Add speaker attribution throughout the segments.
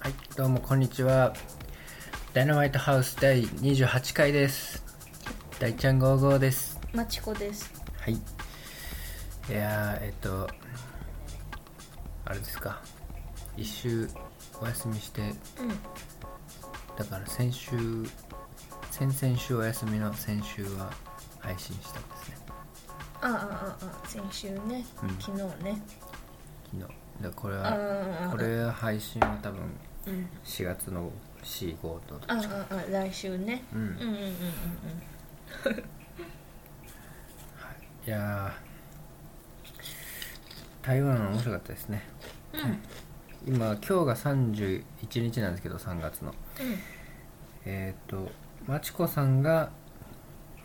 Speaker 1: はい、どうもこんにちは。ダイナマイトハウス第28回です。大ちゃん55です。
Speaker 2: まちこです。
Speaker 1: はい。いやー、えっと、あれですか。一周お休みして、
Speaker 2: うん。
Speaker 1: だから先週、先々週お休みの先週は配信したんですね。
Speaker 2: あああああ、先週ね、
Speaker 1: うん
Speaker 2: 昨日ね。
Speaker 1: 昨日。だからこれ
Speaker 2: ああ
Speaker 1: は、
Speaker 2: ああ
Speaker 1: これ配信は多分
Speaker 2: うん。
Speaker 1: 4月の4、5と。
Speaker 2: ああああ、来週ね。
Speaker 1: うん。
Speaker 2: うんうんうんうんうん。
Speaker 1: いやー台湾面白かったですね
Speaker 2: うんうん
Speaker 1: 今今日が31日なんですけど3月のえっ、とまちこさんが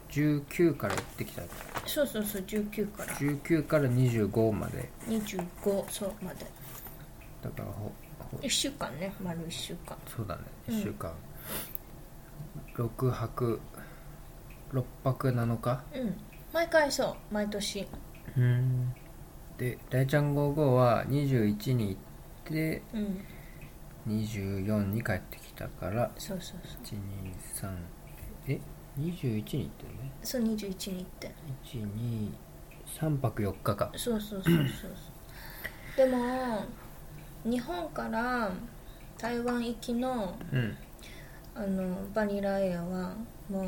Speaker 1: 19から行ってきた
Speaker 2: そうそうそう、19から
Speaker 1: 19から25まで
Speaker 2: 25、そう、まで。
Speaker 1: だからほほ
Speaker 2: 1週間ね、丸1週間。
Speaker 1: そうだね
Speaker 2: うん
Speaker 1: 1週間、6泊6泊7日
Speaker 2: うん。毎回そう、毎年。
Speaker 1: うんで大ちゃん55は21に行って
Speaker 2: うん。
Speaker 1: 24に帰ってきたから
Speaker 2: そうそうそう。
Speaker 1: 123え21日ってね
Speaker 2: そう、21に行って。
Speaker 1: 123泊4日か
Speaker 2: そうそうそうそうそう。でも、日本から台湾行きの
Speaker 1: うん
Speaker 2: あのバニラエアはも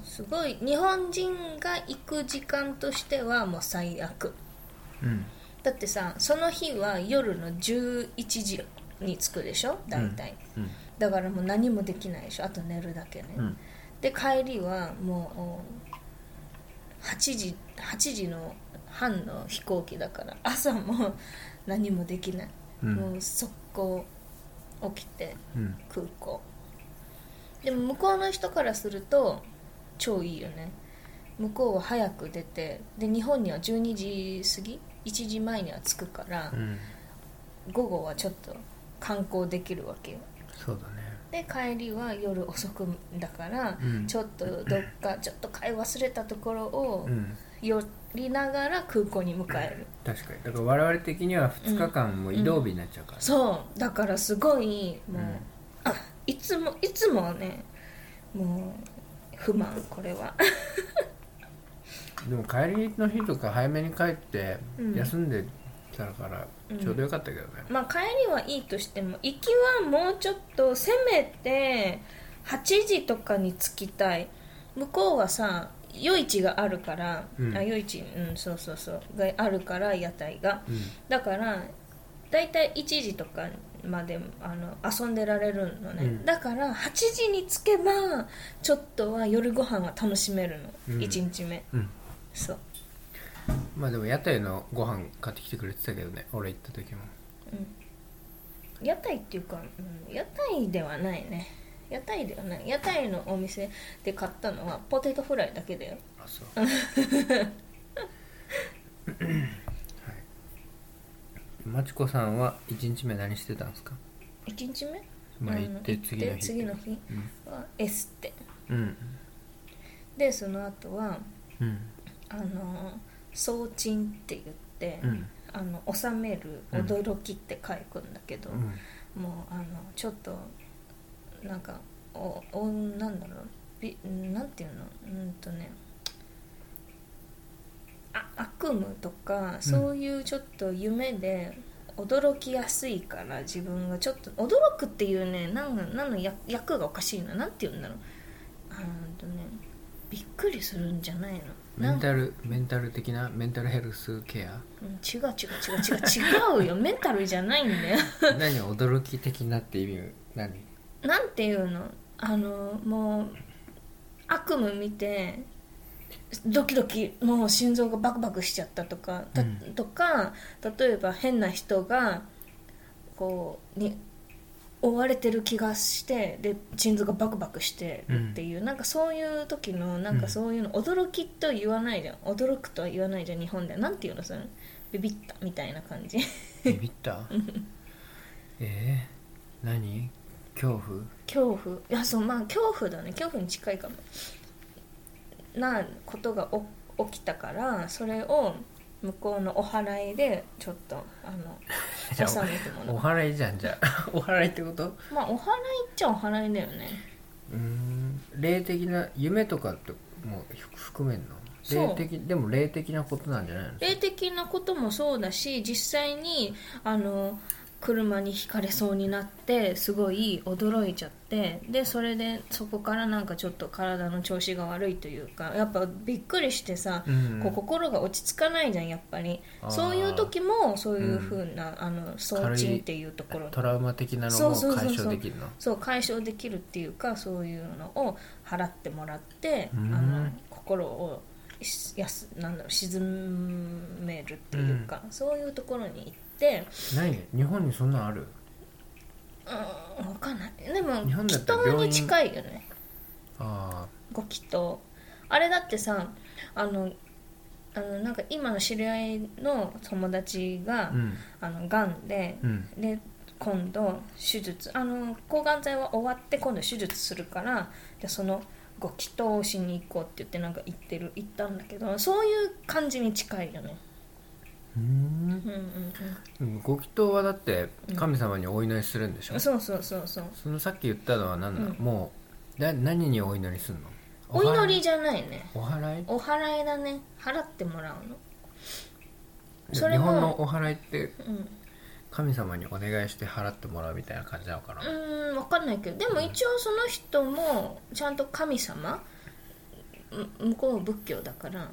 Speaker 2: うすごい日本人が行く時間としてはもう最悪
Speaker 1: うん
Speaker 2: だってさその日は夜の11時に着くでしょ大体、
Speaker 1: うん
Speaker 2: だからもう何もできないでしょあと寝るだけね、
Speaker 1: うん
Speaker 2: で帰りはもう8時8時の半の飛行機だから朝も何もできない、
Speaker 1: うん
Speaker 2: もう速攻起きて
Speaker 1: うん
Speaker 2: 空港でも向こうの人からすると超いいよね向こうは早く出てで日本には12時過ぎ1時前には着くから
Speaker 1: うん
Speaker 2: 午後はちょっと観光できるわけよ
Speaker 1: そうだね
Speaker 2: で帰りは夜遅くだから、
Speaker 1: うん
Speaker 2: ちょっとどっ かちょっと買い忘れたところを
Speaker 1: うん
Speaker 2: 寄りながら空港に迎える、
Speaker 1: 確かにだから我々的には2日間も移動日になっちゃうから、
Speaker 2: そうだからすごいもう、
Speaker 1: うん
Speaker 2: あいつもいつもねもう不満これは
Speaker 1: でも帰りの日とか早めに帰って
Speaker 2: うん
Speaker 1: 休んでたから
Speaker 2: うん
Speaker 1: ちょうどよかったけどね、
Speaker 2: まあ帰りはいいとしても行きはもうちょっとせめて8時とかに着きたい向こうはさ夜市があるから、
Speaker 1: うん
Speaker 2: あ夜市うんそうそうそうがあるから屋台が
Speaker 1: うん
Speaker 2: だからだいたい1時とかまであの遊んでられるのね、
Speaker 1: うん
Speaker 2: だから8時に着けばちょっとは夜ご飯は楽しめるの、
Speaker 1: うん
Speaker 2: 1日目
Speaker 1: うん
Speaker 2: そう
Speaker 1: まあでも屋台のご飯買ってきてくれてたけどね俺行った時も
Speaker 2: うん屋台っていうか、うん、屋台ではないね屋台ではない屋台のお店で買ったのはポテトフライだけだよ
Speaker 1: あそう はいまちこさんは1日目何してたんですか
Speaker 2: 1日目
Speaker 1: まあ
Speaker 2: うん
Speaker 1: 行って次の
Speaker 2: 行っ
Speaker 1: 日
Speaker 2: て次の日はエステ
Speaker 1: うん
Speaker 2: でその後は
Speaker 1: うん
Speaker 2: あの送賃って言って、
Speaker 1: うん
Speaker 2: あの納める
Speaker 1: うん
Speaker 2: 驚きって書くんだけど、
Speaker 1: うん
Speaker 2: もうあのちょっとなんかおおなんだろうびなんていうのうんとねあ悪夢とかそういうちょっと夢で驚きやすいから、自分がちょっと驚くっていうねなんかなんの役役がおかしいななんていうんだろうあーとねびっくりするんじゃないの
Speaker 1: メ
Speaker 2: なん
Speaker 1: ンタルメンタル的なメンタルヘルスケア
Speaker 2: うん違う違う違う違う違うよメンタルじゃないんだよ
Speaker 1: 何驚き的なって意味何
Speaker 2: なんていうのあのもう悪夢見てドキドキもう心臓がバクバクしちゃったとかた
Speaker 1: うん
Speaker 2: とか例えば変な人がこうに追われてる気がしてで心臓がバクバクしてるっていう、なんかそういう時のなんかそういうの驚きと言わないじゃん驚くとは言わないじゃん日本ではなんていうのそれビビったみたいな感じ
Speaker 1: ビビった えー、何恐怖
Speaker 2: 恐怖いやそうまあ恐怖だね恐怖に近いかもなことがお起きたからそれを向こうのお祓いでちょっとあの
Speaker 1: じゃあ
Speaker 2: 収めてもら
Speaker 1: お
Speaker 2: う
Speaker 1: 祓いじゃんじゃあ お祓いってこと
Speaker 2: まあお祓いっちゃお祓いだよね
Speaker 1: うーん霊的な夢とかってもう含めんの
Speaker 2: そう
Speaker 1: 霊的でも霊的なことなんじゃないの
Speaker 2: 霊的なこともそうだし実際にあの車にひかれそうになってすごい驚いちゃってでそれでそこからなんかちょっと体の調子が悪いというかやっぱびっくりしてさ、
Speaker 1: うん
Speaker 2: こう心が落ち着かないじゃんやっぱり
Speaker 1: あー
Speaker 2: そういう時もそういうふうな、あの送
Speaker 1: 軽
Speaker 2: 賃
Speaker 1: い
Speaker 2: っていうところに
Speaker 1: トラウマ的なの
Speaker 2: そう
Speaker 1: も
Speaker 2: そうそうそう
Speaker 1: 解消できるの
Speaker 2: そう解消できるっていうかそういうのを払ってもらって、
Speaker 1: うん
Speaker 2: あの心をしやすなんだろう沈めるっていうか、そういうところに行って、
Speaker 1: ないね日本にそんなんある
Speaker 2: うん、分かんないでも
Speaker 1: 日本だ
Speaker 2: 祈
Speaker 1: ったら病
Speaker 2: 祷
Speaker 1: 院
Speaker 2: に近いよね
Speaker 1: あ
Speaker 2: ご祈祷あれだってさあのあのなんか今の知り合いの友達が、
Speaker 1: あうん
Speaker 2: あのがんで
Speaker 1: うん
Speaker 2: で今度手術あの抗がん剤は終わって今度手術するからでそのご祈祷をしに行こうって言ってなんか行ってる行ったんだけどそういう感じに近いよね
Speaker 1: うーん
Speaker 2: うんうん
Speaker 1: うんご祈祷はだって神様にお祈りするんでしょ、
Speaker 2: うんそうそうそうそう
Speaker 1: そのさっき言ったのは何なの、
Speaker 2: うん
Speaker 1: もうだ何にお祈りするの
Speaker 2: お祈
Speaker 1: 祓
Speaker 2: り
Speaker 1: い
Speaker 2: じゃないね
Speaker 1: お祓い
Speaker 2: お祓いだね払ってもらうのそ
Speaker 1: 日
Speaker 2: れも
Speaker 1: 本のお祓いって
Speaker 2: うん
Speaker 1: 神様にお願いして払ってもらうみたいな感じなのかな、
Speaker 2: うーん分かんないけどでも一応その人もちゃんと神様う向こうは仏教だから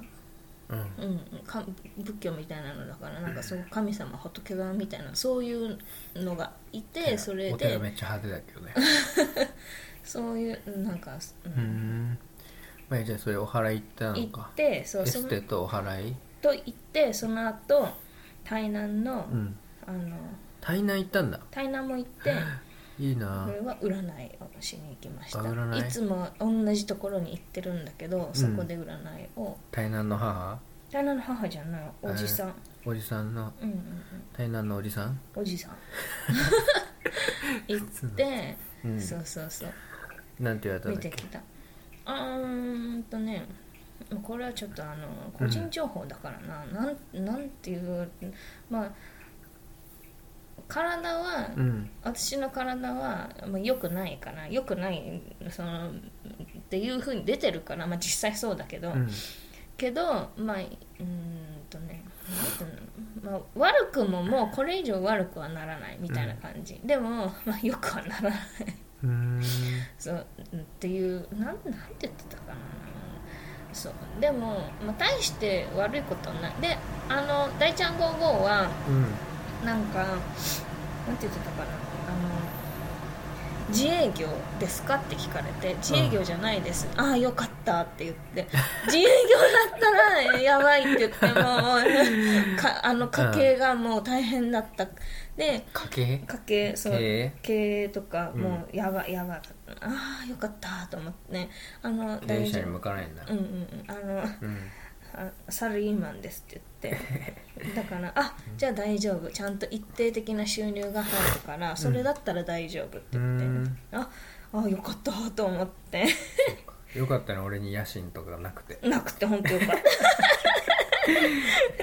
Speaker 1: うん
Speaker 2: うん、か仏教みたいなのだからなんかそう神様仏様みたいなそういうのがいてそれ
Speaker 1: お寺
Speaker 2: で
Speaker 1: めっちゃ派手だけ どね
Speaker 2: そういうなんか、うん
Speaker 1: うーん、まあ、じゃあそれお祓い行ったの
Speaker 2: 行
Speaker 1: か
Speaker 2: ってそう
Speaker 1: エ
Speaker 2: そ
Speaker 1: ス
Speaker 2: の
Speaker 1: テとお祓い、
Speaker 2: と行ってその後台南の,、
Speaker 1: うん、
Speaker 2: あの
Speaker 1: 台南行ったんだ
Speaker 2: 台南も行って
Speaker 1: いいな
Speaker 2: これは占いをしに行きました
Speaker 1: あ占い
Speaker 2: いつも同じところに行ってるんだけどそこで占いを、
Speaker 1: 台南の母
Speaker 2: 台南の母じゃないおじさん、
Speaker 1: おじさんの
Speaker 2: うんうんうん
Speaker 1: 台南のおじさん、
Speaker 2: お じさん行って、
Speaker 1: うん、
Speaker 2: そうそうそう
Speaker 1: なんて言われたん
Speaker 2: 見
Speaker 1: だ
Speaker 2: て
Speaker 1: っけ
Speaker 2: きたうーんとねこれはちょっとあの個人情報だからな、なんなんていうまあ体は、
Speaker 1: うん
Speaker 2: 私の体は、まあ、良くないから良くないそのっていうふうに出てるから、まあ、実際そうだけど、
Speaker 1: うん
Speaker 2: けどまあうーんとねなんていうのまあ、悪くももうこれ以上悪くはならないみたいな感じ、でも、まあ、よくはならないう
Speaker 1: ーん
Speaker 2: そううんっていうなんなんて言ってたかなそうでも、まあ、大して悪いことはないであの「大ちゃん55」は
Speaker 1: うん
Speaker 2: なんかなんて言ってたかなあの自営業ですかって聞かれて自営業じゃないです、ああよかったって言って自営業だったらやばいって言っても うかあの家計がもう大変だったで
Speaker 1: 家計
Speaker 2: 家計そう
Speaker 1: 経営
Speaker 2: 経営とか
Speaker 1: うん
Speaker 2: もうやばいやばかった、ああよかったと思ってねあの
Speaker 1: 経営
Speaker 2: 大
Speaker 1: 者
Speaker 2: 丈
Speaker 1: に向
Speaker 2: 夫
Speaker 1: かないんだ
Speaker 2: うんうんうんあの
Speaker 1: うん
Speaker 2: あサラリーマンですって 言ってだからあじゃあ大丈夫ちゃんと一定的な収入が入るからそれだったら大丈夫って言って、
Speaker 1: うん
Speaker 2: ああよかったと思って
Speaker 1: よかったね俺に野心とかなくて
Speaker 2: なくて本当よかっ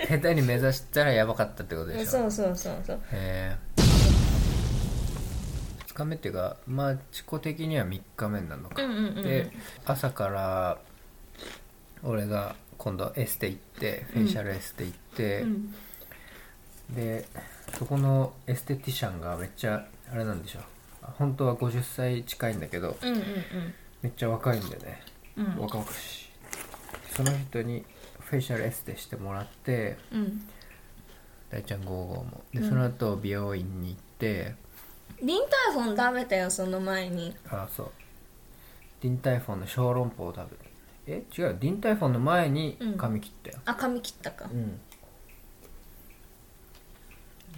Speaker 1: 下手に目指したらやばかったってことで
Speaker 2: た
Speaker 1: しょ
Speaker 2: そうそうそうそう
Speaker 1: へえ2日目っていうかまあチコ的には3日目なのか
Speaker 2: う、んうんうん
Speaker 1: で朝から俺が今度エステ行ってフェイシャルエステ行って、
Speaker 2: うん
Speaker 1: でそこのエステティシャンがめっちゃあれなんでしょ本当は50歳近いんだけど
Speaker 2: うんうん
Speaker 1: めっちゃ若いんだよね
Speaker 2: うんうん
Speaker 1: 若々しいその人にフェイシャルエステしてもらって
Speaker 2: うん
Speaker 1: 大ちゃん55もで
Speaker 2: うん
Speaker 1: その後美容院に行って、
Speaker 2: リンタイフォン食べたよその前に
Speaker 1: あそうディンタイフォンの小籠包を食べるえ違うディンタイフォンの前に
Speaker 2: うん
Speaker 1: 髪切ったよ、
Speaker 2: あ髪切ったか
Speaker 1: うん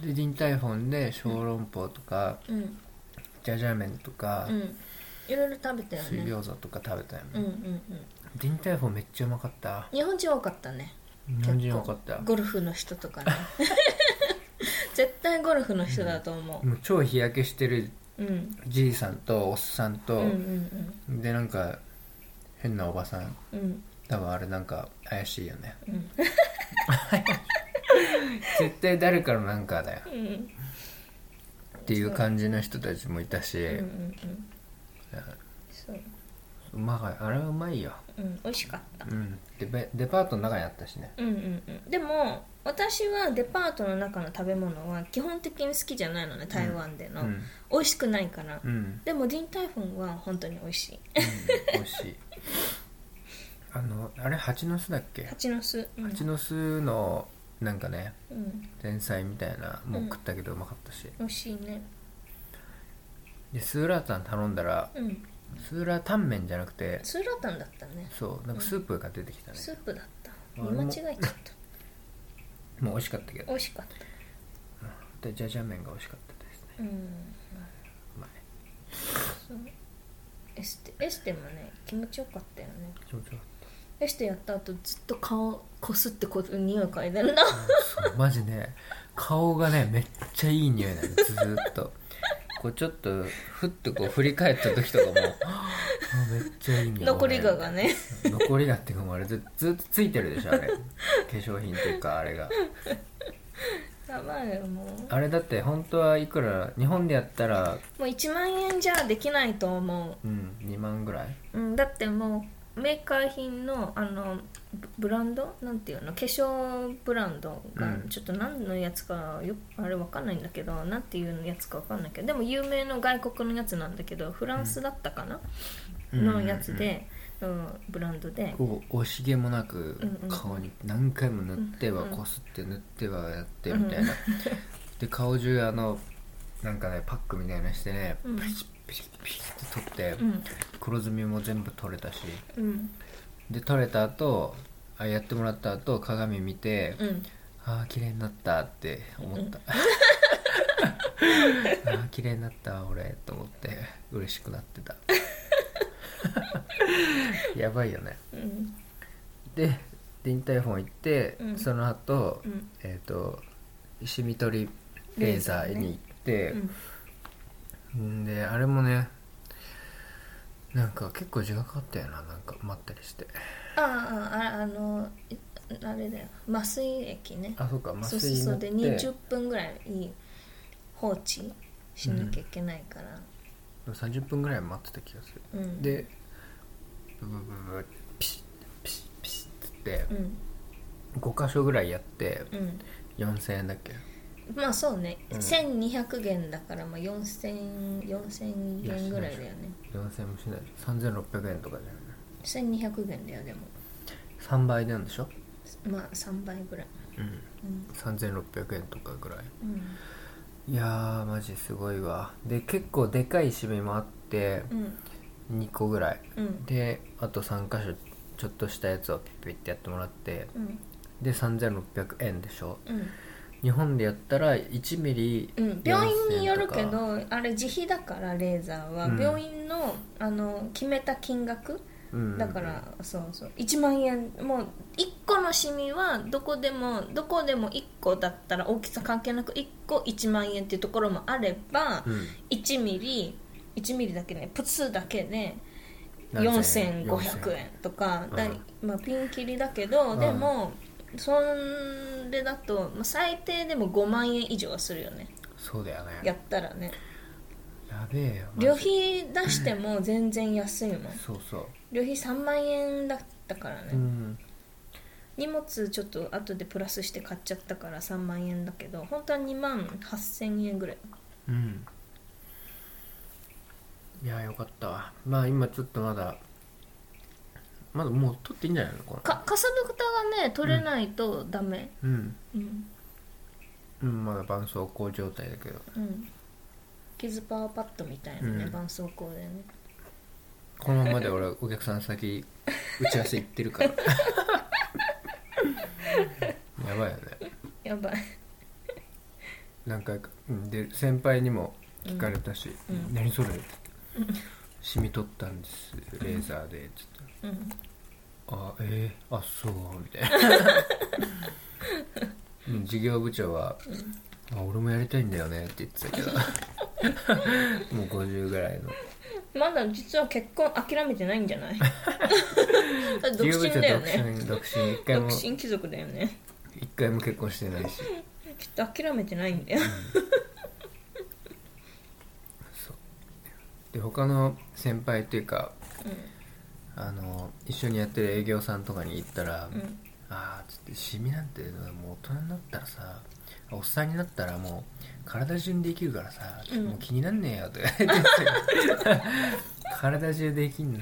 Speaker 1: でディンタイフォンで小籠包とか、
Speaker 2: うん
Speaker 1: ジャジャ麺とか、
Speaker 2: うんいろいろ食べたよ
Speaker 1: 水
Speaker 2: ね
Speaker 1: 餃子とか食べたよね、
Speaker 2: うんうんうん
Speaker 1: ディンタイフォンめっちゃうまかった
Speaker 2: 日本人多かったね
Speaker 1: 日本人多かった
Speaker 2: ゴルフの人とかね 絶対ゴルフの人だと思
Speaker 1: もう超日焼けしてる
Speaker 2: ううん
Speaker 1: じいさんとおっさん
Speaker 2: う
Speaker 1: と、
Speaker 2: んうん
Speaker 1: でなんか変なおばさん
Speaker 2: うんうん
Speaker 1: 多分あれなんか怪しいよね
Speaker 2: うん
Speaker 1: 絶対誰かのなんかだよ
Speaker 2: うんうん
Speaker 1: っていう感じの人たちもいたし、
Speaker 2: うんう
Speaker 1: うん
Speaker 2: そう、
Speaker 1: まかあれはうまいよ、
Speaker 2: うん、美味しかった
Speaker 1: うん、デペデパートの中にあったしね
Speaker 2: うんうんうんでも私はデパートの中の食べ物は基本的に好きじゃないのね台湾で
Speaker 1: う
Speaker 2: の、
Speaker 1: ん
Speaker 2: 美味しくないから、
Speaker 1: うん、うん、
Speaker 2: でもディンタイフンは本当に美味しい
Speaker 1: 美味しい あのあれ蜂の巣だっけ
Speaker 2: 蜂の巣うん
Speaker 1: 蜂の巣のなんかね
Speaker 2: うん、
Speaker 1: 前菜みたいなもん食ったけどうまかったし、
Speaker 2: 美味しいね
Speaker 1: でスーラータン頼んだら
Speaker 2: うん
Speaker 1: スーラータンメンじゃなくて
Speaker 2: スーラタンだったね
Speaker 1: そうなんかスープが出てきたね、
Speaker 2: スープだった
Speaker 1: あれ
Speaker 2: 見
Speaker 1: も
Speaker 2: 間違えちゃった
Speaker 1: もう美味しかったけど
Speaker 2: 美味し かった
Speaker 1: でジャジャ麺が美味しかったですね
Speaker 2: うん
Speaker 1: うまい
Speaker 2: そうエステエステもね気持ちよかったよね
Speaker 1: 気持ちよかっ
Speaker 2: エステやった後ずっと顔こすってこう匂い嗅い でるな
Speaker 1: たそうマジね顔がねめっちゃいい匂いなのずーっとこうちょっとふっとこう振り返った時とかもあめっちゃいい匂い
Speaker 2: 残りががね
Speaker 1: 残りがっていうかもうあれずずっとついてるでしょあれ化粧品っていうかあれが
Speaker 2: やばいよもう
Speaker 1: あれだって本当はいくら日本でやったら
Speaker 2: もう1万円じゃできないと思、
Speaker 1: うん2万ぐらいう
Speaker 2: うん、だってもうメーカー品のあのブブランドなんていうの化粧ブランドが、
Speaker 1: うん
Speaker 2: ちょっと何のやつかよくあれわかんないんだけどなんていうやつかわかんないけどでも有名の外国のやつなんだけどフランスだったかな、のやつで、うんブランドで
Speaker 1: こう惜しげもなく
Speaker 2: うんうん
Speaker 1: 顔に何回も塗っては
Speaker 2: うんうん
Speaker 1: こすって塗ってはやってみたいな、で顔中あのなんかねパックみたいなのしてね
Speaker 2: うん
Speaker 1: ピシッピシッピシッって取って、
Speaker 2: うん
Speaker 1: 黒ずみも全部取れたし
Speaker 2: うん
Speaker 1: で取れた後あやってもらった後鏡見て、
Speaker 2: うん
Speaker 1: ああ綺麗になったって思った、 ああ綺麗になった俺と思って嬉しくな ってたやばいよね
Speaker 2: うん
Speaker 1: でディンタイフォン行って、
Speaker 2: うん
Speaker 1: その後、
Speaker 2: うん
Speaker 1: えっ、とシミ取りレーザーに行って、んであれもねなんか結構時間かかったよななんか待ったりして
Speaker 2: あああああのいあれだよ麻酔液ね
Speaker 1: あそうか麻
Speaker 2: そうそう
Speaker 1: 酔
Speaker 2: そ
Speaker 1: 塗
Speaker 2: う
Speaker 1: って
Speaker 2: で20分ぐらい放置しなきゃいけないから
Speaker 1: 30分ぐらい待ってた気がする
Speaker 2: うん、うん、
Speaker 1: でブブブブブピシッピシッピシッつって
Speaker 2: うん
Speaker 1: 5箇所ぐらいやって
Speaker 2: うん
Speaker 1: 4000円だっけ
Speaker 2: まあそうね、
Speaker 1: うん
Speaker 2: 1200元だからまあ4000 4000元ぐらいだよね
Speaker 1: 4000円もしない3600円とかじゃない
Speaker 2: 1200元だよでも
Speaker 1: 3倍なんでしょ
Speaker 2: まあ3倍ぐらい
Speaker 1: うん
Speaker 2: うん
Speaker 1: 3600円とかぐらい
Speaker 2: うん
Speaker 1: いやーマジすごいわで結構でかいシミもあって
Speaker 2: うん
Speaker 1: 2個ぐらい
Speaker 2: うん
Speaker 1: であと3箇所ちょっとしたやつをピッピッってやってもらって
Speaker 2: うん
Speaker 1: で3600円でしょ
Speaker 2: うん
Speaker 1: 日本でやったら1ミリ
Speaker 2: うん、病院によるけ
Speaker 1: 4000とか
Speaker 2: どあれ自費だからレーザーは、
Speaker 1: うん
Speaker 2: 病院のあの決めた金額
Speaker 1: うんうんうん
Speaker 2: だから、そうそう1万円もう1個のシミはどこでもどこでも1個だったら大きさ関係なく1個1万円っていうところもあれば、
Speaker 1: うん
Speaker 2: 1ミリ1ミリだけねプツだけで
Speaker 1: 4500
Speaker 2: 4500円とか
Speaker 1: うん
Speaker 2: だいまあ、ピンキリだけど、
Speaker 1: うん
Speaker 2: でもそれだとまあ最低でも5万円以上はするよね
Speaker 1: そうだよね
Speaker 2: や
Speaker 1: や
Speaker 2: ったらね
Speaker 1: べえよマジ
Speaker 2: 旅費出しても全然安いもん
Speaker 1: そうそう
Speaker 2: 旅費3万円だったからね、
Speaker 1: うん
Speaker 2: 荷物ちょっと後でプラスして買っちゃったから3万円だけど本当は2万8000円ぐらい
Speaker 1: うんいやよかったわまあ今ちょっとまだまだもう取っていいんじゃないのこれ
Speaker 2: かかさぶたがね取れないとダメ
Speaker 1: うん、
Speaker 2: うん
Speaker 1: うん、まだ絆創膏状態だけど
Speaker 2: うん傷パワーパッドみたいなね、
Speaker 1: うん
Speaker 2: 絆創膏でね
Speaker 1: このままで俺お客さん先打ち合わせ行ってる からやばいよね
Speaker 2: やばい
Speaker 1: 何回かうんで先輩にも聞かれたし「
Speaker 2: うん
Speaker 1: 何それ?」って「染み取ったんですレーザーで」つって
Speaker 2: うん
Speaker 1: あえー、あそうみたい なうん事業部長は「あ俺もやりたいんだよね」って言ってたけど もう50ぐらいの
Speaker 2: まだ実は結婚諦めてないんじ ゃないだって独身だよ
Speaker 1: 事業
Speaker 2: ね
Speaker 1: 部長独身独身一回
Speaker 2: 独
Speaker 1: も
Speaker 2: 身貴族だよね
Speaker 1: 一回も結婚してないし
Speaker 2: きっと諦めてないんだよ
Speaker 1: そうで他の先輩っていうか
Speaker 2: う
Speaker 1: あの一緒にやってる営業さんとかに行ったら「
Speaker 2: んうん
Speaker 1: ああ」つって「シミなんてもう大人になったらさおっさんになったらもう体中にできるからさ、
Speaker 2: うん
Speaker 1: もう気になんねえよ」って言われて 体中できんな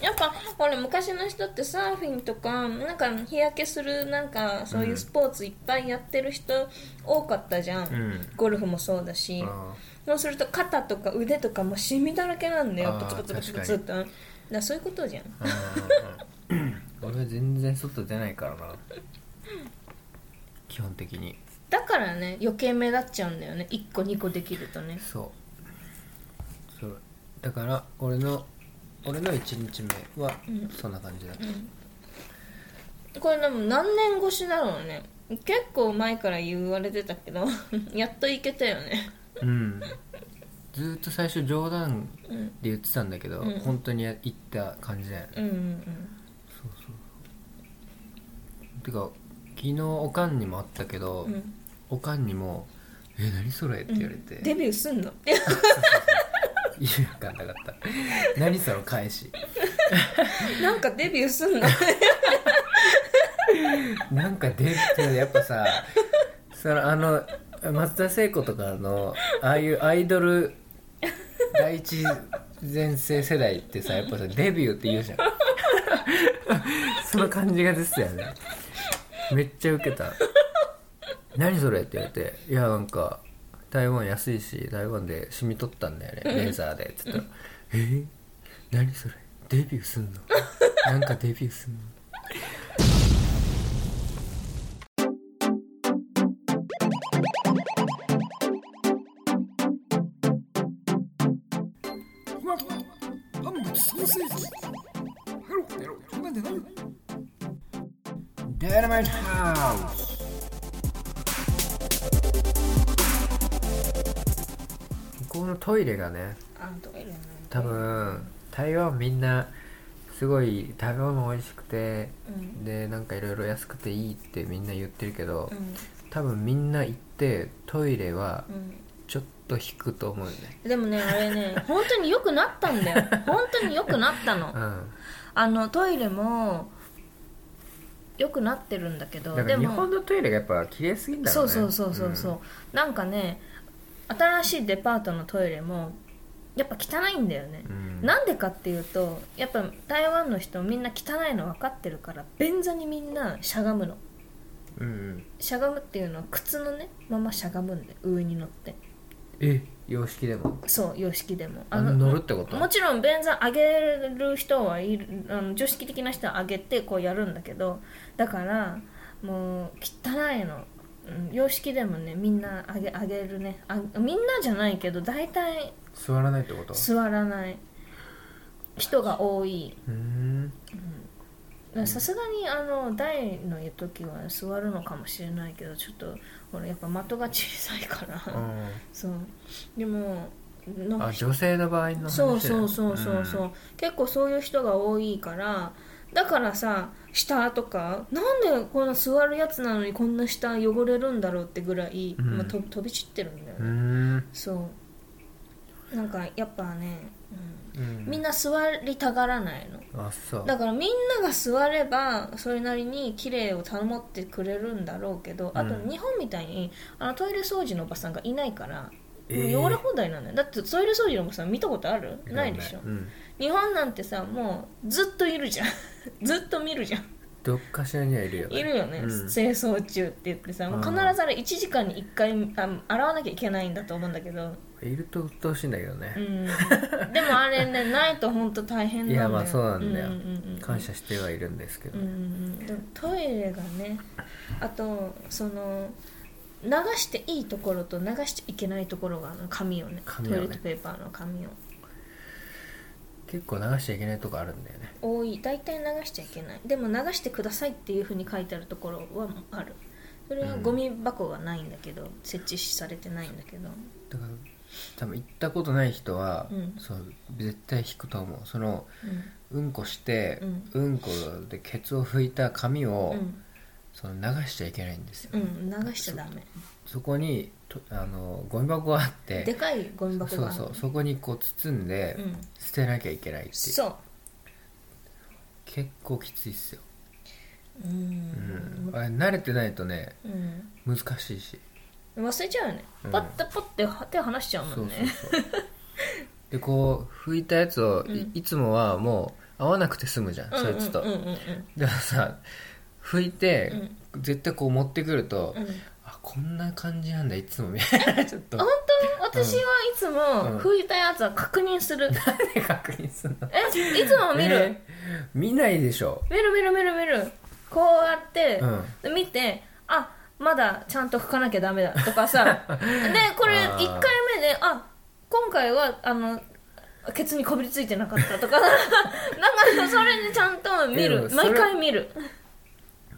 Speaker 2: やっぱほら昔の人ってサーフィンとかなんか日焼けするなんかそういうスポーツいっぱいやってる人多かったじゃん、
Speaker 1: うん
Speaker 2: ゴルフもそうだし、
Speaker 1: あ
Speaker 2: そうすると肩とか腕とかもシミだらけなんだよ
Speaker 1: あー
Speaker 2: プツプツプツプツってだからそういうことじゃん
Speaker 1: ーうん俺は全然外出ないからな基本的に
Speaker 2: だからね余計目立っちゃうんだよね1個2個できるとね
Speaker 1: そうそうだから俺の俺の1日目は
Speaker 2: うん
Speaker 1: そんな感じだった、
Speaker 2: これでも何年越しだろうね結構前から言われてたけど やっといけたよね
Speaker 1: うん、ずーっと最初冗談
Speaker 2: うん
Speaker 1: で言ってたんだけど、
Speaker 2: うん
Speaker 1: 本当に行った感じだよね
Speaker 2: うんうん
Speaker 1: そうそうてか昨日おかんにもあったけど、
Speaker 2: うんうん
Speaker 1: おかんにも「え何それ?」って言われて、
Speaker 2: デビューすんの え
Speaker 1: 意味わかんなかった何その返し
Speaker 2: なんかデビューす んの
Speaker 1: なんか出るやっぱさそのあの松田聖子とかのああいうアイドル第一前世世代ってさやっぱさデビューって言うじゃんその感じが出てたよねめっちゃウケた「何それ?」って言われて「いやなんか台湾安いし台湾で染み取ったんだよねレーザーで」っつったら「えー何それデビューすんのなんかデビューすんの?」
Speaker 3: まあ、あんまソーセージ。ハロー、ハロー、こんなんでなる。
Speaker 1: ダイナマイトハウスここのトイレがね
Speaker 2: あどうやるの
Speaker 1: 多分台湾みんなすごい食べ物美味しくて
Speaker 2: うん
Speaker 1: でなんかいろいろ安くていいってみんな言ってるけど
Speaker 2: うん
Speaker 1: 多分みんな行ってトイレは
Speaker 2: うん
Speaker 1: ちょっと引くと思うね
Speaker 2: でもねあ れね本当に良くなったんだよ本当に良くなったの
Speaker 1: うん
Speaker 2: あのトイレも良くなってるんだけど
Speaker 1: だか
Speaker 2: で
Speaker 1: ら日
Speaker 2: も
Speaker 1: 本のトイレがやっぱ綺麗すぎんだろ
Speaker 2: そうう
Speaker 1: ね
Speaker 2: そうそうそうそう、なんかね新しいデパートのトイレもやっぱ汚いんだよね、
Speaker 1: うん
Speaker 2: なんでかっていうとやっぱ台湾の人みんな汚いの分かってるから便座にみんなしゃがむの
Speaker 1: うん、うん、
Speaker 2: しゃがむっていうのは靴のねまましゃがむんで上に乗って
Speaker 1: え洋式でも
Speaker 2: そう様式でも
Speaker 1: あの乗るってこと
Speaker 2: もちろん便座上げる人はいるあの常識的な人は上げてこうやるんだけどだからもう汚いの、うん、様式でもねみんな上げ上げるねあみんなじゃないけど大体
Speaker 1: 座らないってこと
Speaker 2: 座らない人が多いう
Speaker 1: ーん
Speaker 2: だからさすがにあの台の時は座るのかもしれないけどちょっとほらやっぱ的が小さいから、
Speaker 1: うん
Speaker 2: そうでもなんか
Speaker 1: あ女性の場合の話だよ
Speaker 2: そうそうそうそうそう、
Speaker 1: ん
Speaker 2: 結構そういう人が多いからだからさ下とかなんでこんな座るやつなのにこんな下汚れるんだろうってぐらい、
Speaker 1: うん
Speaker 2: まあ、と飛び散ってるんだよ
Speaker 1: うー
Speaker 2: ね、
Speaker 1: ん
Speaker 2: そうなんかやっぱね、
Speaker 1: う
Speaker 2: うんんみんな座りたがらないの
Speaker 1: あそう
Speaker 2: だからみんなが座ればそれなりに綺麗を保ってくれるんだろうけどあと
Speaker 1: うん
Speaker 2: 日本みたいにあのトイレ掃除のおばさんがいないから、
Speaker 1: えー
Speaker 2: 汚れ放題なんだよだってトイレ掃除のおばさん見たことあるないでしょ、
Speaker 1: うん、
Speaker 2: 日本なんてさもうずっといるじゃん ずっと見るじゃん
Speaker 1: どっかしらにはいるよね
Speaker 2: いるよね、
Speaker 1: うん
Speaker 2: 清掃中って言ってさもう必ずあれ1時間に1回あ洗わなきゃいけないんだと思うんだけど、
Speaker 1: いると鬱陶しいんだけどね
Speaker 2: う、ん、でもあれねないと本当大変なんだ
Speaker 1: い
Speaker 2: よ
Speaker 1: やまあそうなんだよ、
Speaker 2: ううんうん
Speaker 1: 感謝してはいるんですけ
Speaker 2: う
Speaker 1: ど、
Speaker 2: んうんうんでもトイレがねあとその流していいところと流しちゃいけないところがあるの紙をね
Speaker 1: 紙を
Speaker 2: ト
Speaker 1: ね
Speaker 2: イレットペーパーの紙を
Speaker 1: 結構流しちゃいけないとこあるんだよね
Speaker 2: 多い大体流しちゃいけないでも流してくださいっていうふうに書いてあるところはあるそれはゴミ箱がないんだけど、設置されてないんだけど
Speaker 1: だから多分行ったことない人は、
Speaker 2: うん
Speaker 1: そう絶対引くと思うその
Speaker 2: う
Speaker 1: うんこして、
Speaker 2: うん
Speaker 1: うんこでケツを拭いた紙を、
Speaker 2: ん、うん、
Speaker 1: その流しちゃいけないんですよ
Speaker 2: うん流しちゃダメ
Speaker 1: そこにとあのゴミ箱があって
Speaker 2: でかいゴミ箱
Speaker 1: そう
Speaker 2: がある
Speaker 1: そうそこにこう包んで、
Speaker 2: うん
Speaker 1: 捨てなきゃいけないっていう
Speaker 2: そう
Speaker 1: 結構きついっすよ、
Speaker 2: う
Speaker 1: うん
Speaker 2: ん、
Speaker 1: あれ慣れてないとね
Speaker 2: うん
Speaker 1: 難しいし、
Speaker 2: 忘れちゃうよね
Speaker 1: うん
Speaker 2: パッてパッては手離しちゃう
Speaker 1: そ
Speaker 2: も
Speaker 1: うん
Speaker 2: ね
Speaker 1: そうそうでこう拭いたやつをい,、
Speaker 2: うん
Speaker 1: つもはもう合わなくて済むじゃん、そいつと、
Speaker 2: うんうんうん
Speaker 1: でもさ拭いて、絶対こう持ってくると、
Speaker 2: うんうん
Speaker 1: あこんな感じなんだいつもみたいな ちょっと
Speaker 2: 本当私はいつも
Speaker 1: うん
Speaker 2: 拭いたやつは確認する、
Speaker 1: 手確認するの
Speaker 2: えいつも見る、
Speaker 1: えー見ないでしょ
Speaker 2: 見る見る見る見るこうやって
Speaker 1: う、ん
Speaker 2: 見てあまだちゃんと拭かなきゃダメだと かさでこれ
Speaker 1: あー
Speaker 2: 1回目であ今回はあのケツにこびりついてなかった とかなんかそれでちゃんと見
Speaker 1: えでも
Speaker 2: る
Speaker 1: それ
Speaker 2: 毎回見る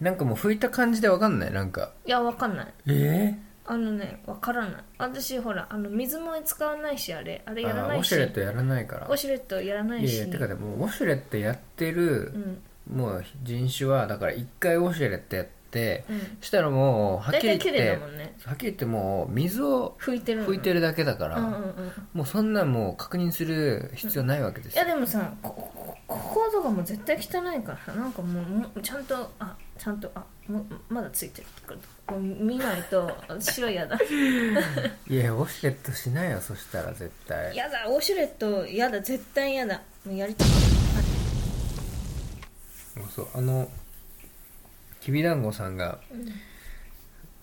Speaker 1: なんかもう拭いた感じでわかんないなんか
Speaker 2: いやわかんない
Speaker 1: え
Speaker 2: あのねわからない私ほらあの水も使わないしあれあれ
Speaker 1: え
Speaker 2: やらな
Speaker 1: ウォ
Speaker 2: いし
Speaker 1: シュレットやらないから
Speaker 2: ウォシュレットやらないい
Speaker 1: やい
Speaker 2: し
Speaker 1: やてかでもウォシュレットやってる
Speaker 2: う、ん
Speaker 1: もう人種はだから一回ウォシュレットやって
Speaker 2: うん
Speaker 1: したらもうはっ
Speaker 2: 大
Speaker 1: きり言
Speaker 2: 体綺
Speaker 1: っ
Speaker 2: 麗
Speaker 1: て
Speaker 2: だもんね
Speaker 1: はっきり言ってもう水を
Speaker 2: 拭いてるの
Speaker 1: 拭いてるだけだから、
Speaker 2: うんうんうん
Speaker 1: もうそんなんもう確認する必要ないわけで
Speaker 2: い
Speaker 1: すよ
Speaker 2: やでもさここここことかも絶対汚いからさなんかもうもうちゃんとあちゃんとあもまだついてるとかこう見ないと私は嫌 だ
Speaker 1: いやウォシュレットしないよそしたら絶対
Speaker 2: 嫌だウォシュレット嫌だ絶対嫌だもうやりたく
Speaker 1: もうそうあのきびだんごさんが
Speaker 2: ない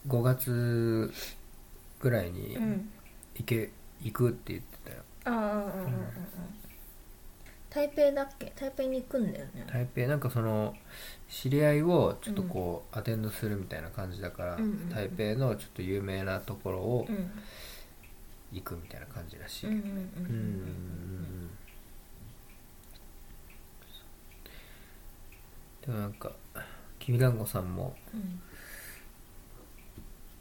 Speaker 1: 5月ぐらいに
Speaker 2: うん、うん、
Speaker 1: 行け行くって言ってたよ
Speaker 2: ああああああああ台北だっけ台北に行くんだよね
Speaker 1: 台北なんかその知り合いをちょっとこう、アテンドするみたいな感じだから、
Speaker 2: うんうんうん
Speaker 1: 台北のちょっと有名なところを
Speaker 2: うん
Speaker 1: 行くみたいな感じらしい、
Speaker 2: うんうんうん
Speaker 1: う
Speaker 2: うんん
Speaker 1: でもなんかきびだんごさんも
Speaker 2: うん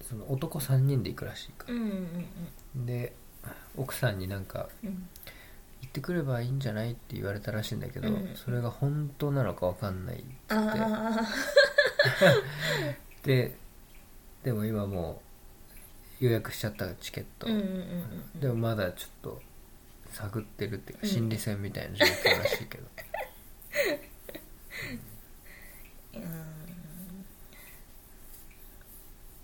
Speaker 1: その男3人で行くらしいか
Speaker 2: うんうんう
Speaker 1: ら
Speaker 2: ん
Speaker 1: で奥さんになんか
Speaker 2: うん
Speaker 1: 行ってくればいいんじゃないって言われたらしいんだけど、
Speaker 2: うん
Speaker 1: それが本当なのかわかんない
Speaker 2: ああああ
Speaker 1: ででも今もう予約しちゃったチケット、
Speaker 2: うんうんうん
Speaker 1: でもまだちょっと探ってるっていうか
Speaker 2: うん
Speaker 1: 心理戦みたいな状況らしいけど、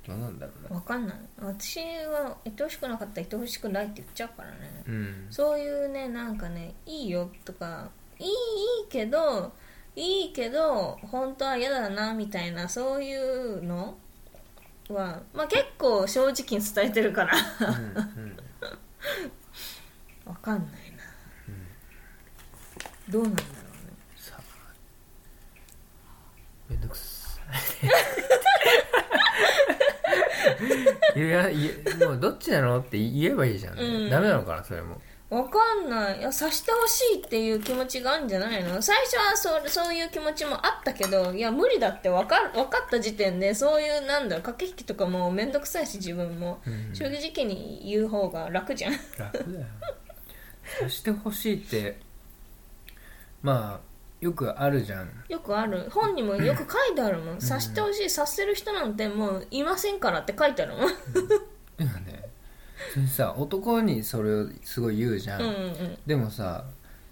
Speaker 1: どうなんだろうな
Speaker 2: わかんない私は愛おしくなかったら愛おしくないって言っちゃうからね
Speaker 1: うん
Speaker 2: そういうねなんかねいいよとかいいいいけどいいけど本当は嫌だなみたいなそういうのはまあ結構正直に伝えてるから
Speaker 1: うん うん
Speaker 2: わかんないな、どうなんだろうね
Speaker 1: さあめんどくさいいやいやもうどっちなのって言えばいいじゃん、
Speaker 2: うん
Speaker 1: ダメなのかなそれも
Speaker 2: わかんないいやさしてほしいっていう気持ちがあるんじゃないの最初はそそういう気持ちもあったけどいや無理だって分かる分かった時点でそういうなんだろう駆け引きとかも面倒くさいし自分も、
Speaker 1: うん
Speaker 2: 正直に言う方が楽じゃん
Speaker 1: 楽だよ察してほしいってまあよくあるじゃん
Speaker 2: よくある本にもよく書いてあるもん察してほしい察せる人なんてもういませんからって書いてあるもん
Speaker 1: でもねそれさ男にそれをすごい言うじゃん、
Speaker 2: うんうん
Speaker 1: でもさ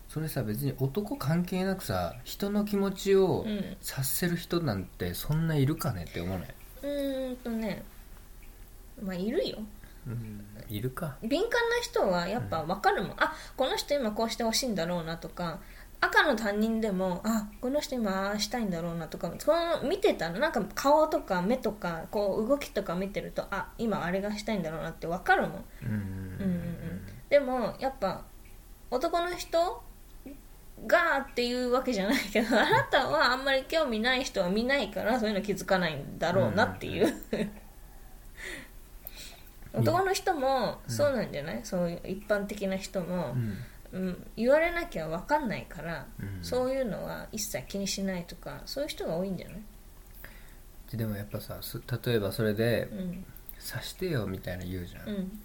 Speaker 1: それさ別に男関係なくさ人の気持ちを
Speaker 2: うんうん
Speaker 1: 察せる人なんてそんないるかねって思わない、
Speaker 2: うーんとねまあいるよ
Speaker 1: いるか
Speaker 2: 敏感な人はやっぱ分かるもん、あこの人今こうしてほしいんだろうなとか赤の担任でもあこの人今ああしたいんだろうなとかその見てたらなんか顔とか目とかこう動きとか見てるとあ今あれがしたいんだろうなって分かるもん、
Speaker 1: うん
Speaker 2: うんうんうん、でもやっぱ男の人がっていうわけじゃないけどあなたはあんまり興味ない人は見ないからそういうの気づかないんだろうなっていう男の人もそうなんじゃない、そういう一般的な人も
Speaker 1: う、ん
Speaker 2: うん、言われなきゃ分かんないから、
Speaker 1: うん
Speaker 2: そういうのは一切気にしないとかそういう人が多いんじゃない、
Speaker 1: でもやっぱさそ例えばそれで
Speaker 2: うん
Speaker 1: 「察してよ」みたいな言うじゃん、
Speaker 2: うん、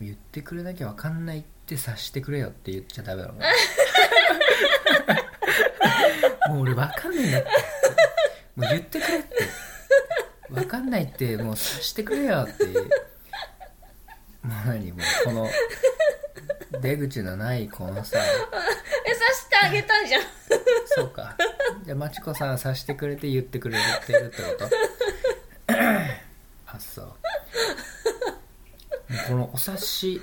Speaker 1: 言ってくれなきゃ分かんないって察してくれよって言っちゃダメだもんもう俺分かんないんだってもう言ってくれって分かんないってもう察してくれよっていうもう何もうこの出口のないこのさ
Speaker 2: えさしてあげたじゃん
Speaker 1: そうかじゃあまちこさん察してくれて言ってくれてるってこと あそうこのお察し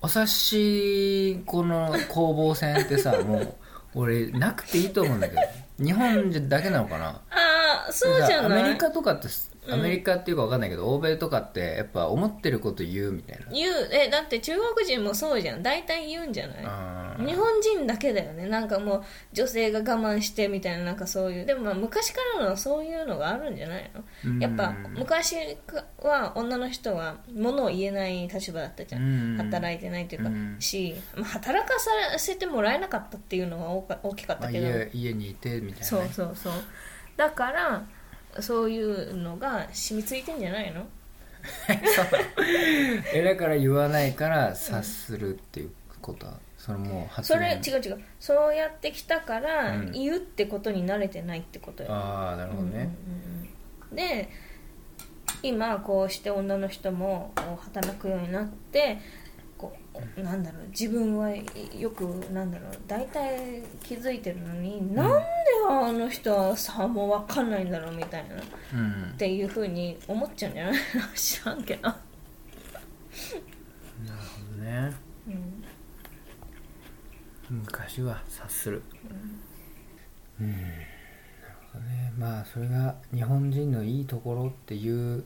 Speaker 1: お察しこの攻防戦って さもう俺なくていいと思うんだけど日本だけなのかな
Speaker 2: ああそうじゃない
Speaker 1: アメリカとかってアメリカっていうか分かんないけど、欧米とかってやっぱ思ってること言うみたいな
Speaker 2: 言うえだって中国人もそうじゃん大体言うんじゃない
Speaker 1: あ
Speaker 2: 日本人だけだよねなんかもう女性が我慢してみたいななんかそういうでもまあ昔からのそういうのがあるんじゃないのやっぱ昔は女の人は物を言えない立場だったじゃん働いてないというか、
Speaker 1: うん
Speaker 2: し、まあ、働かさせてもらえなかったっていうのが大か大きかったけど、
Speaker 1: まあ、家家にいてみたいなね、
Speaker 2: そうそうそうだからそういうのが染みついてんじゃないの
Speaker 1: えだから言わないから察するっていうことはそれもう発
Speaker 2: それ
Speaker 1: 言
Speaker 2: 違う違うそうやってきたから
Speaker 1: うん
Speaker 2: 言うってことに慣れてないってことよ、
Speaker 1: ああなるほどね、
Speaker 2: うんうんうんで今こうして女の人もこう働くようになってこうなんだろう自分はいよくなんだろう大体気づいてるのに、なんであの人はさもう分かんないんだろうみたいなっ
Speaker 1: うん
Speaker 2: ていうふうに思っちゃうんじゃない 知らんけど、
Speaker 1: なるほどね
Speaker 2: うん、
Speaker 1: 昔は察するうん、なるほどねまあそれが日本人のいいところっていう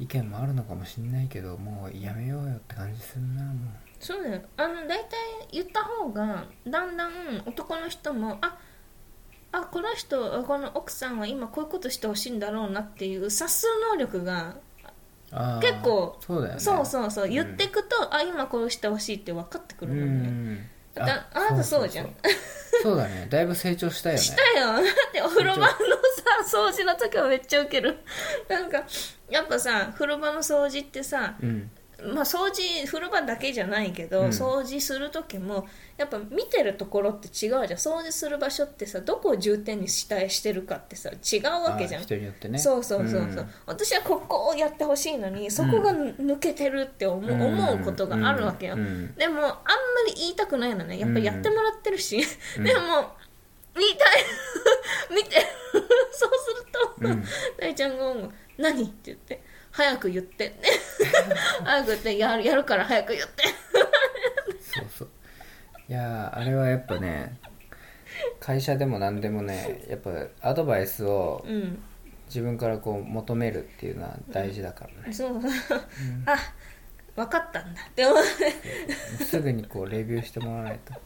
Speaker 1: 意見もあるのかもしんないけどもうやめようよって感じするなも
Speaker 2: そうだよあの大体言った方がだんだん男の人もああこの人この奥さんは今こういうことしてほしいんだろうなっていう察する能力が
Speaker 1: うあー
Speaker 2: 結構
Speaker 1: そうだよね
Speaker 2: そうそうそう
Speaker 1: うん
Speaker 2: 言ってくと、あ今こうしてほしいって分かってく
Speaker 1: う
Speaker 2: るもんね
Speaker 1: ん
Speaker 2: だってあなたそうじゃん
Speaker 1: そうそうそうそうだねだいぶ成長したよね
Speaker 2: したよ だってお風呂場のさ掃除の時はめっちゃウケるなんかやっぱさ風呂場の掃除ってさ
Speaker 1: うん
Speaker 2: まあ掃除風呂場だけじゃないけど、
Speaker 1: うん
Speaker 2: 掃除する時もやっぱ見てるところって違うじゃん掃除する場所ってさどこを重点にしたいしてるかってさ違うわけじゃ
Speaker 1: あ
Speaker 2: ん
Speaker 1: ー人によってね
Speaker 2: そうそうそうそう、
Speaker 1: ん
Speaker 2: 私はここをやってほしいのにそこが抜けてるって思う,、思うことがあるわけよ、
Speaker 1: うんうん
Speaker 2: でもあんまり言いたくないのねやっぱやってもらってるし、
Speaker 1: うん
Speaker 2: でも言いたい 見てそうすると、
Speaker 1: うん
Speaker 2: 大ちゃんが「何?」って言って「早く言って」 「早く言ってやるやるから早く言って
Speaker 1: そうそういやーあれはやっぱね会社でも何でもねやっぱアドバイス」を
Speaker 2: うん
Speaker 1: 自分からこう求めるっていうのは大事だから ね、
Speaker 2: そう、あ分かったんだで も
Speaker 1: すぐにこうレビューしてもらわないと
Speaker 2: だ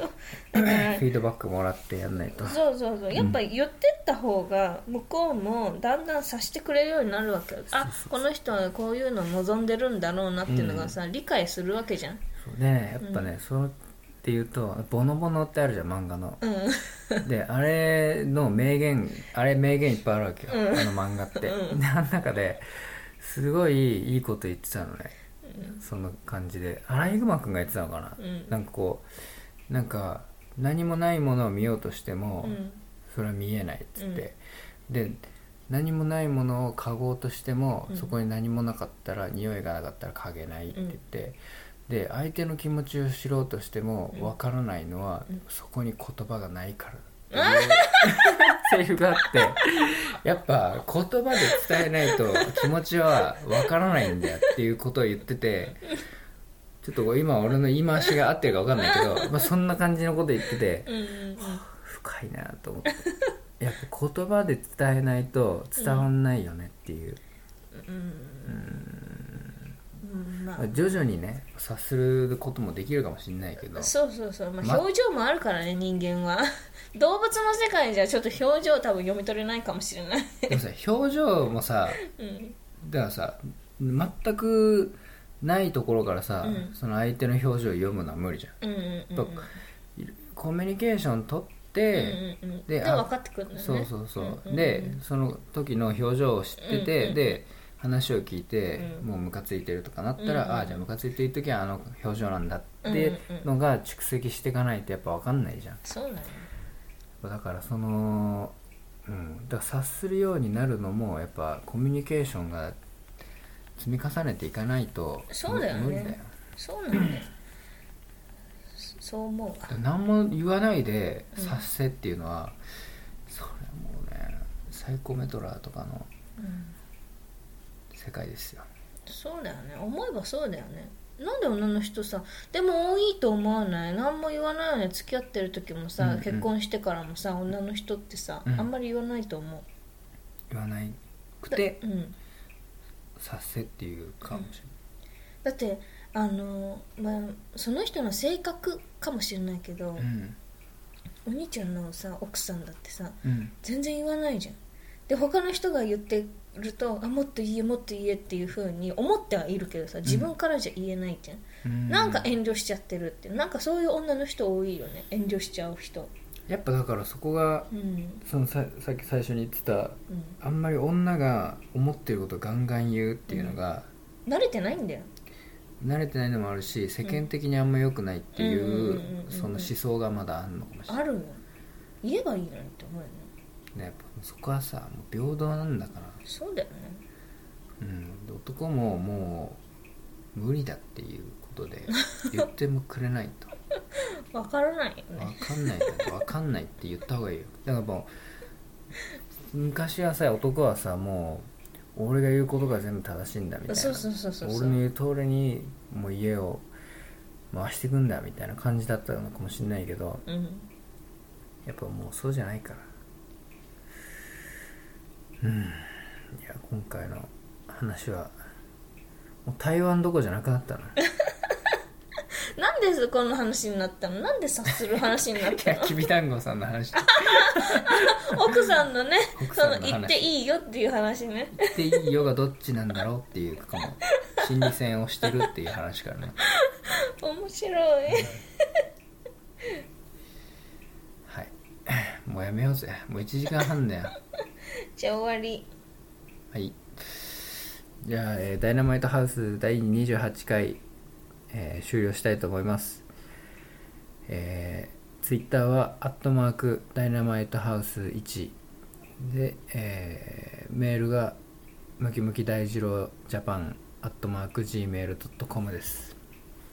Speaker 2: か
Speaker 1: フ
Speaker 2: ら
Speaker 1: ィードバックもらってやんないと
Speaker 2: そうそうそうやっぱ言ってった方が向こうもだんだん察してくれるようになるわけよあこの人はこういうの望んでるんだろうなっていうのがさ、理解するわけじゃん
Speaker 1: そうねやっぱね、そうっていうと「ボノボノ」ってあるじゃん漫画の
Speaker 2: うん
Speaker 1: であれの名言あれ名言いっぱいあるわけよ、
Speaker 2: うん
Speaker 1: あの漫画って、
Speaker 2: うん
Speaker 1: であの中ですごいいいこと言ってたのね、その感じでアライグマ君が言ってたのかな、
Speaker 2: うん
Speaker 1: なんかこうなんか何もないものを見ようとしても、
Speaker 2: うん
Speaker 1: それは見えないっつって、で何もないものを嗅ごうとしても、
Speaker 2: うん
Speaker 1: そこに何もなかったら匂いがなかったら嗅げないって言って、で相手の気持ちを知ろうとしてもわからないのは、そこに言葉がないからっていうセリフがあってやっぱ言葉で伝えないと気持ちはわからないんだよっていうことを言ってて。ちょっとこう今俺の言い回しが合ってるかわかんないけど、まあ、そんな感じのこと言ってて、
Speaker 2: うんうん
Speaker 1: 深いなと思って やっぱ言葉で伝えないと伝わんないよねっていう、
Speaker 2: うんま
Speaker 1: まあ徐々にね察することもできるかもしれないけど
Speaker 2: あそうそうそう、まあ、
Speaker 1: ま
Speaker 2: 表情もあるからね人間は動物の世界じゃちょっと表情多分読み取れないかもしれない
Speaker 1: でもさ表情もさ
Speaker 2: うん
Speaker 1: だからさ全くないところからさ、
Speaker 2: うん
Speaker 1: その相手の表情を読むのは無理じゃん
Speaker 2: うんうんうん
Speaker 1: とコミュニケーション取って、
Speaker 2: うんうんうん
Speaker 1: で
Speaker 2: で
Speaker 1: あ
Speaker 2: 分かってくるんだよね
Speaker 1: そうそうそう,、
Speaker 2: んんん
Speaker 1: でその時の表情を知ってて、
Speaker 2: うんうん
Speaker 1: で話を聞いて、
Speaker 2: うん
Speaker 1: もうムカついてるとかなったら、
Speaker 2: うんうん
Speaker 1: ああじゃあムカついてる時はあの表情なんだって
Speaker 2: うんうんうん
Speaker 1: のが蓄積していかないとやっぱ分かんないじゃん
Speaker 2: そうなの
Speaker 1: だからそのうん、だから察するようになるのもやっぱコミュニケーションが積み重ねていかないと
Speaker 2: そうだよね
Speaker 1: 無理だよ
Speaker 2: そうなんだよ、そそう思うわ
Speaker 1: だから何も言わないで
Speaker 2: うん
Speaker 1: 察せっていうのは、それもうねサイコメトラーとかの
Speaker 2: うん
Speaker 1: 世界ですよ
Speaker 2: そうだよね思えばそうだよねなんで女の人さでも多いと思わない何も言わないよね付き合ってる時もさ、
Speaker 1: うんうん
Speaker 2: 結婚してからもさ女の人ってさ、
Speaker 1: うん
Speaker 2: あんまり言わないと思
Speaker 1: 言わな
Speaker 2: う
Speaker 1: くて
Speaker 2: だ,、うん、
Speaker 1: 察せっていうかもし
Speaker 2: だってあの、まあ、その人の性格かもしれないけど、
Speaker 1: れないうん
Speaker 2: お兄ちゃんのさ奥さんだってさ
Speaker 1: うん
Speaker 2: 全然言わないじゃんで他の人が言ってるとあもっと言えもっと言えっていうふうに思ってはいるけどさ自分からじゃ言えないじゃん、
Speaker 1: うん
Speaker 2: なんか遠慮しちゃってるってなんかそういう女の人多いよね遠慮しちゃう人
Speaker 1: やっぱだからそこが
Speaker 2: うんうん
Speaker 1: そのささっき最初に言ってたあんまり女が思ってることをガンガン言うっていうのが、
Speaker 2: 慣れてないんだよ
Speaker 1: 慣れてないのもあるし世間的にあんま良くないってい
Speaker 2: うんう
Speaker 1: う
Speaker 2: んうんうんうん
Speaker 1: その思想がまだあるのかもしれな
Speaker 2: あ
Speaker 1: い、
Speaker 2: るよ言えばいいのにって思うよね
Speaker 1: ね、やっぱそこはさもう平等なんだから、
Speaker 2: そうだよね
Speaker 1: うん、で男ももう無理だっていうこと で言ってもくれないと
Speaker 2: わからないよね
Speaker 1: 分かんないだと分かんないって言った方がいいよだからもう昔はさ男はさもう俺が言うことが全部正しいんだみたいな
Speaker 2: そうそうそうそうそ
Speaker 1: 俺の
Speaker 2: う
Speaker 1: 言う通りにもう家を回していくんだみたいな感じだったのかもしれないけど
Speaker 2: うん
Speaker 1: やっぱもうそうじゃないからうんいや今回の話はもう台湾どこじゃなくな ったな
Speaker 2: なんでこの話になったのなんで察する話になった の
Speaker 1: きびだんごさんの話っ
Speaker 2: 奥さんのね
Speaker 1: 奥
Speaker 2: そ
Speaker 1: さんの
Speaker 2: の
Speaker 1: 話
Speaker 2: 言っていいよっていう話ね
Speaker 1: ていいよがどっちなんだろうっていうこの心理戦をしてるっていう話からね
Speaker 2: 面白い
Speaker 1: はいもうやめようぜもう1時間半だよ
Speaker 2: じゃあ終わり
Speaker 1: はい。じゃあ、えーダイナマイトハウス第28回、えー終了したいと思います。えー、ツイッターは、アットマーク、ダイナマイトハウス1で、えーメールが、ムキムキ大二郎ジャパン、アットマーク、gmail.com です。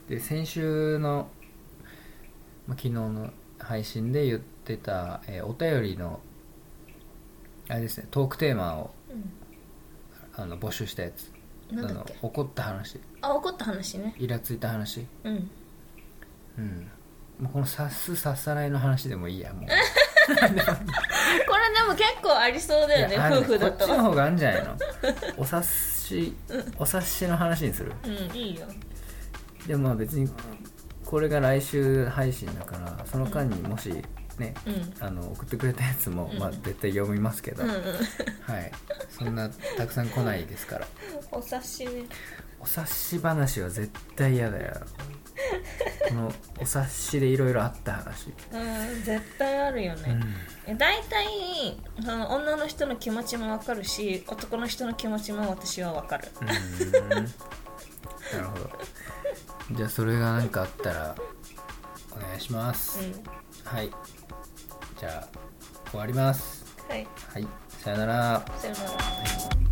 Speaker 1: で、先週の、まあ、昨日の配信で言ってた、えーお便りの、あれですね、トークテーマを、
Speaker 2: う
Speaker 1: あの募集したやつ
Speaker 2: んなん
Speaker 1: あ
Speaker 2: だっ
Speaker 1: の
Speaker 2: け
Speaker 1: 怒った話
Speaker 2: あ怒った話ね
Speaker 1: イラついた話
Speaker 2: うん
Speaker 1: うんもうこの察す察さないの話でもいいや もう
Speaker 2: これでも結構ありそうだよ
Speaker 1: い
Speaker 2: ね
Speaker 1: やある
Speaker 2: 夫婦だ
Speaker 1: こっ
Speaker 2: と
Speaker 1: ちの方があんじゃない のお察しお察しの話にする
Speaker 2: うんいいよ
Speaker 1: でもまあ別にこれが来週配信だからその間にもしね
Speaker 2: うん
Speaker 1: あの送ってくれたやつも、
Speaker 2: うん
Speaker 1: まあ、絶対読みますけど、
Speaker 2: うんう
Speaker 1: は
Speaker 2: ん
Speaker 1: いそんなたくさん来ないですから
Speaker 2: お察しね
Speaker 1: お察し話は絶対嫌だよこのお察しでいろいろあった話
Speaker 2: うん絶対あるよね、え大体その女の人の気持ちもわかるし男の人の気持ちも私はわかる
Speaker 1: うーんなるほどじゃあそれが何かあったらお願いします、
Speaker 2: うん
Speaker 1: はいじゃあ終わります
Speaker 2: はい
Speaker 1: はいさよなら
Speaker 2: さよなら
Speaker 1: はい